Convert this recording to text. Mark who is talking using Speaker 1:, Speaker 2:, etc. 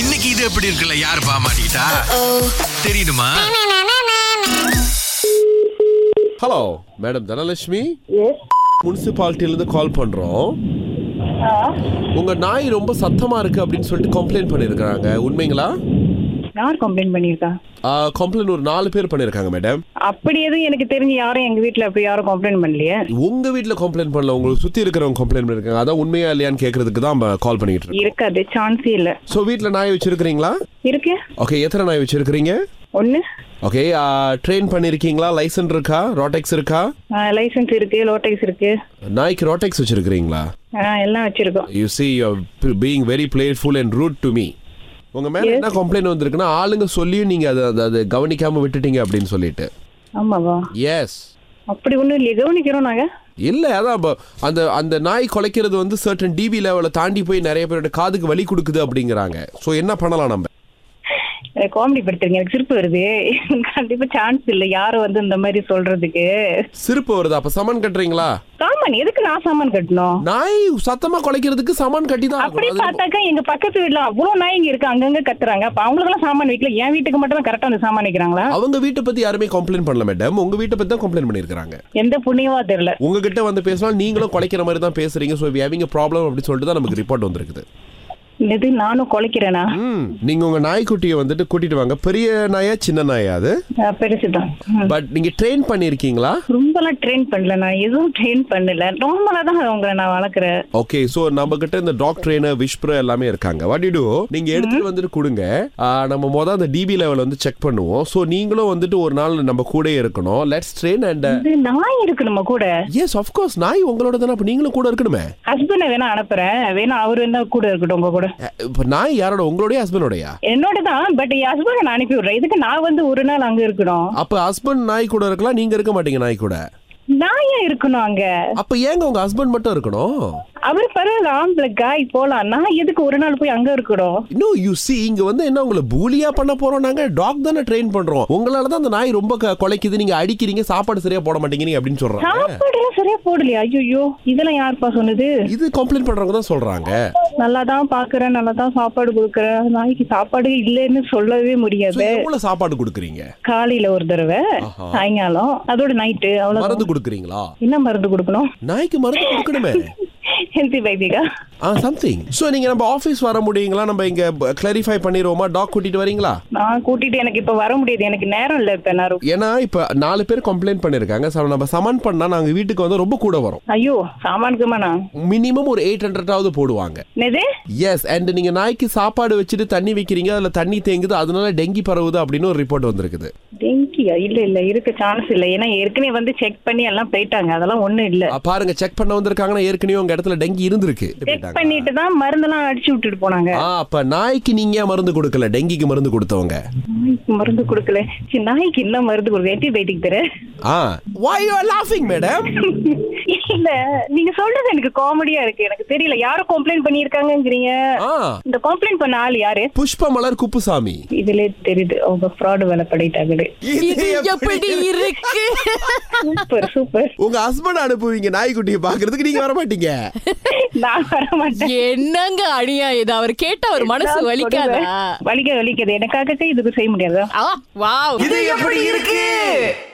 Speaker 1: இன்னைக்கு இது எப்படி இருக்குல்ல யார் பாமாட்டா தெரியுமா
Speaker 2: ஹலோ மேடம் தனலட்சுமி முனிசிபாலிட்டியிலேருந்து கால் பண்ணுறோம் உங்கள் நாய் ரொம்ப சத்தமாக இருக்குது அப்படின்னு சொல்லிட்டு கம்ப்ளைண்ட் பண்ணியிருக்கிறாங்க உண்மைங்களா
Speaker 3: யார் கம்ப்ளைண்ட் பண்ணியிருக்கா
Speaker 2: கம்ப்ளைண்ட் ஒரு நாலு பேர் பண்ணியிருக்காங்க மேடம்
Speaker 3: அப்படி எதுவும் எனக்கு தெரிஞ்சு யாரும் எங்க வீட்ல அப்படி யாரும் கம்ப்ளைண்ட் பண்ணலையே
Speaker 2: உங்கள் வீட்டில் கம்ப்ளைண்ட் பண்ணல உங்களுக்கு சுற்றி இருக்கிறவங்க கம்ப்ளைண்ட் பண்ணியிருக்காங்க அதான் உண்மையா இல்லையான்னு கேட்கறதுக்கு தான் கால் பண்ணிக்கிட்டு இருக்கோம்
Speaker 3: இருக்காது சான்ஸே இல்ல
Speaker 2: ஸோ வீட்டில் நாய் வச்சுருக்கிறீங்களா
Speaker 3: இருக்கு
Speaker 2: ஓகே எத்தனை நாய் வச்சுருக்கிறீங்க
Speaker 3: ஒண்ணு
Speaker 2: ஓகே ட்ரெயின் பண்ணியிருக்கீங்களா லைசன்ஸ் இருக்கா ரோடெக்ஸ் இருக்கா
Speaker 3: லைசென்ஸ் இருக்கு லோடெக்ஸ் இருக்கு
Speaker 2: நாய்க்கு ரோடெக்ஸ் வச்சுருக்கிறீங்களா
Speaker 3: ஆஹ், எல்லாம் வச்சிருக்கோம்
Speaker 2: you see you being very playful and rude to me உங்க மேல என்ன கம்ப்ளைண்ட் வந்திருக்குன்னா ஆளுங்க சொல்லியும் நீங்க அதை அதை- அதை கவனிக்காம விட்டுட்டீங்க அப்படின்னு சொல்லிட்டு
Speaker 3: ஆமாவா
Speaker 2: எஸ்
Speaker 3: அப்படி ஒண்ணும் இல்லையே கவனிக்கிறோம் நாங்க
Speaker 2: இல்ல அதான் அப்ப அந்த அந்த நாய் குலைக்கிறது வந்து சர்டன் டிபி லெவலை தாண்டி போய் நிறைய பேரோட காதுக்கு வலி கொடுக்குது அப்படிங்கிறாங்க ஸோ என்ன பண்ணலாம் நம்ம
Speaker 3: காமெடி படுத்துறீங்க எனக்கு சிரிப்பு வருது கண்டிப்பா சான்ஸ் இல்ல யாரும் வந்து இந்த மாதிரி சொல்றதுக்கு
Speaker 2: சிரிப்பு வருது அப்ப சமன் கட்டுறீங்களா
Speaker 3: சாமான் எதுக்கு நான் சாமான் கட்டணும்
Speaker 2: நாய் சத்தமா குலைக்கிறதுக்கு சமன் கட்டி தான்
Speaker 3: அப்படி
Speaker 2: ஆகணும். அது-
Speaker 3: பார்த்தாக்கா எங்க பக்கத்து வீட்ல அவ்வளவு நாய்ங்க இருக்கு அங்கங்க கத்துறாங்க அப்ப அவங்களுக்கெல்லாம் சாமான் வைக்கல என் வீட்டுக்கு மட்டும் தான் கரெக்டா அந்த சாமான் வைக்கிறாங்களா
Speaker 2: அவங்க வீட்டை பத்தி யாருமே கம்ப்ளைண்ட் பண்ணல மேடம் உங்க வீட்டை பத்தி தான் கம்ப்ளைண்ட் பண்ணிருக்காங்க
Speaker 3: எந்த புண்ணியமா தெரியல
Speaker 2: உங்ககிட்ட வந்து பேசினா நீங்களும் குலைக்கிற மாதிரி தான் பேசுறீங்க ஸோ ஹேவிங் ப்ராப்ளம் அப்படின்னு சொல்லிட்டு தான் நமக்கு ரிப்போர்ட் வந்திருக்குது
Speaker 3: இது நானும் குலைக்கிறேனா
Speaker 2: ம் நீங்க உங்க நாய்க்குட்டியை வந்துட்டு கூட்டிட்டு வாங்க பெரிய நாயா சின்ன நாயா அது
Speaker 3: ஆஹ் பெருசுதான் ம்.
Speaker 2: பட் நீங்க ட்ரெயின் பண்ணிருக்கீங்களா
Speaker 3: ரொம்பலாம் ட்ரெயின் பண்ணல நான் எதுவும் ட்ரெயின் பண்ணல நார்மலா தான் உங்களை நான் வளர்க்குறேன்
Speaker 2: ஓகே சோ நம்ம கிட்ட இந்த டாக் ட்ரெயினர் விஷ்பர் எல்லாமே இருக்காங்க வாட் யூ டு நீங்க எடுத்துட்டு வந்துட்டு கொடுங்க ஆ, நம்ம மொதல் அந்த டிபி லெவல் வந்து செக் பண்ணுவோம் சோ நீங்களும் வந்துட்டு ஒரு நாள் நம்ம கூடயே இருக்கணும் லெட்ஸ் ட்ரெயின் அண்ட்
Speaker 3: இது நான் இருக்கு நம்ம கூட
Speaker 2: எஸ் ஆஃப் கோர்ஸ் நாய் உங்களோட தானே அப்ப நீங்களும் கூட இருக்கணுமே
Speaker 3: ஹஸ்பண்டை வேணா அனுப்புறேன் வேணா அவர் வேணா கூட இருக்கட்டும் உங்க கூட
Speaker 2: அ, இப்ப நாய் யாரோட உங்களுடைய ஹஸ்பண்டோடயா
Speaker 3: என்னோட தான் பட் என் ஹஸ்பண்டை நான் அனுப்பி விடுறேன் இதுக்கு நான் வந்து ஒரு நாள் அங்க இருக்கணும்
Speaker 2: அப்ப ஹஸ்பண்ட் நாய் கூட இருக்கலாம் நீங்க இருக்க மாட்டீங்க நாய் கூட
Speaker 3: நான் ஏன் இருக்கணும் அங்க
Speaker 2: அப்ப ஏங்க உங்க ஹஸ்பண்ட் மட்டும் இருக்கணும்
Speaker 3: அவர் பரவாயில்ல ஆம்பளை காய் போலாம் நான் எதுக்கு ஒரு நாள் போய் அங்க இருக்கணும்
Speaker 2: இன்னும் யூ சி இங்க வந்து என்ன உங்களை பூலியா பண்ண போறோம் நாங்க டாக் தானே ட்ரெயின் பண்றோம் உங்களால தான் அந்த நாய் ரொம்ப க- குலைக்குது நீங்க அடிக்கிறீங்க சாப்பாடு சரியா போட மாட்டேங்கிறீங்க அப்படின்னு சொல்றாங்க
Speaker 3: சாப்பாடு எல்லாம் சரியா போடலையா ஐயோ இதெல்லாம் யாருப்பா சொன்னது
Speaker 2: இது கம்ப்ளைண்ட் பண்றவங்க தான் சொல்றாங்க
Speaker 3: நல்லா தான் பாக்குறேன் நல்லா தான் சாப்பாடு கொடுக்குறேன் நாய்க்கு சாப்பாடு இல்லைன்னு சொல்லவே
Speaker 2: So,
Speaker 3: முடியாது
Speaker 2: எவ்வளவு சாப்பாடு கொடுக்குறீங்க
Speaker 3: காலையில ஒரு தடவை
Speaker 2: ஆஹா.
Speaker 3: சாயங்காலம் அதோட நைட்டு அவ்வளவு
Speaker 2: மருந்து கொடுக்குறீங்களா
Speaker 3: என்ன மருந்து கொடுக்கணும்
Speaker 2: நாய்க்கு மருந்து கொடுக்கணுமே
Speaker 3: ஹெல்தி பைபிகா
Speaker 2: ஆ சம்திங் சோ நீங்க நம்ம ஆபீஸ் வர முடியுங்களா நம்ம இங்க கிளாரிஃபை பண்ணிடுவோமா டாக் கூட்டிட்டு வரீங்களா
Speaker 3: நான் கூட்டிட்டு எனக்கு இப்ப வர முடியாது எனக்கு நேரம் இல்ல இப்ப நான் ரொம்ப-
Speaker 2: ஏன்னா இப்ப நாலு பேர் கம்ப்ளைண்ட் பண்ணிருக்காங்க So, நம்ம சமன் பண்ணா நாங்க வீட்டுக்கு வந்து ரொம்ப கூட வரும்
Speaker 3: ஐயோ சாமானுக்குமாண்ணா
Speaker 2: மினிமம் ஒரு எயிட் ஹண்ட்ரடாவது போடுவாங்க
Speaker 3: என்னது
Speaker 2: எஸ் அண்ட் நீங்க நாய்க்கு சாப்பாடு வச்சுட்டு தண்ணி வைக்கிறீங்க அதுல தண்ணி தேங்குது அதனால டெங்கி பரவுது அப்படின்னு ஒரு ரிப்போர்ட் வந்திருக்குது
Speaker 3: டெங்கியா இல்ல இல்ல இருக்க சான்ஸ் இல்ல ஏன்னா ஏற்கனவே வந்து செக் பண்ணி எல்லாம் போயிட்டாங்க அதெல்லாம் ஒண்ணும் இல்ல
Speaker 2: அஹ் பாருங்க செக் பண்ண வந்திருக்காங்கன்னா ஏற்கனவே உங்க இடத்துல டெங்கி இருந்திருக்கு
Speaker 3: செக் பண்ணிட்டு தான் மருந்தெல்லாம் அடிச்சு விட்டுட்டு போனாங்க
Speaker 2: ஆ அப்ப நாய்க்கு நீங்க ஏன் மருந்து கொடுக்கல டெங்கிக்கு மருந்து கொடுத்தவங்க
Speaker 3: நாய்க்கு மருந்து கொடுக்கல சரி, நாய்க்கு என்ன மருந்து கொடுக்க ஆன்டிபயோட்டிக் தர
Speaker 2: ஆ why you are laughing madam
Speaker 3: இல்ல நீங்க சொல்றது எனக்கு காமெடியா இருக்கு எனக்கு தெரியல யாரும் கம்ப்ளைண்ட் பண்ணிருக்காங்கங்கிறீங்க
Speaker 2: ஆ
Speaker 3: இந்த கம்ப்ளைண்ட் பண்ண ஆள் யாரு
Speaker 2: புஷ்ப மலர் குப்புசாமி
Speaker 3: இதுல தெரியுது அவங்க ஃப்ராடு வேலை படைத்தாங்களே
Speaker 4: இது எப்படி இருக்கு
Speaker 3: சூப்பர் சூப்பர்
Speaker 2: உங்க ஹஸ்பண்ட் அனுப்புவீங்க நாய்க்குட்டியை பாக்குறதுக்கு நீங்க வர மாட்டீங்க
Speaker 3: நான் வர மாட்டேன்
Speaker 4: என்னங்க அணியா இது அவர் கேட்ட அவர் மனசு
Speaker 3: நான்
Speaker 4: வலிக்காதா
Speaker 3: சொல்லுவேன். வலிக்க வலிக்குது எனக்காக இதுக்கு செய்ய முடியாதா
Speaker 4: ஆ வாவ்
Speaker 2: இது எப்படி இருக்கு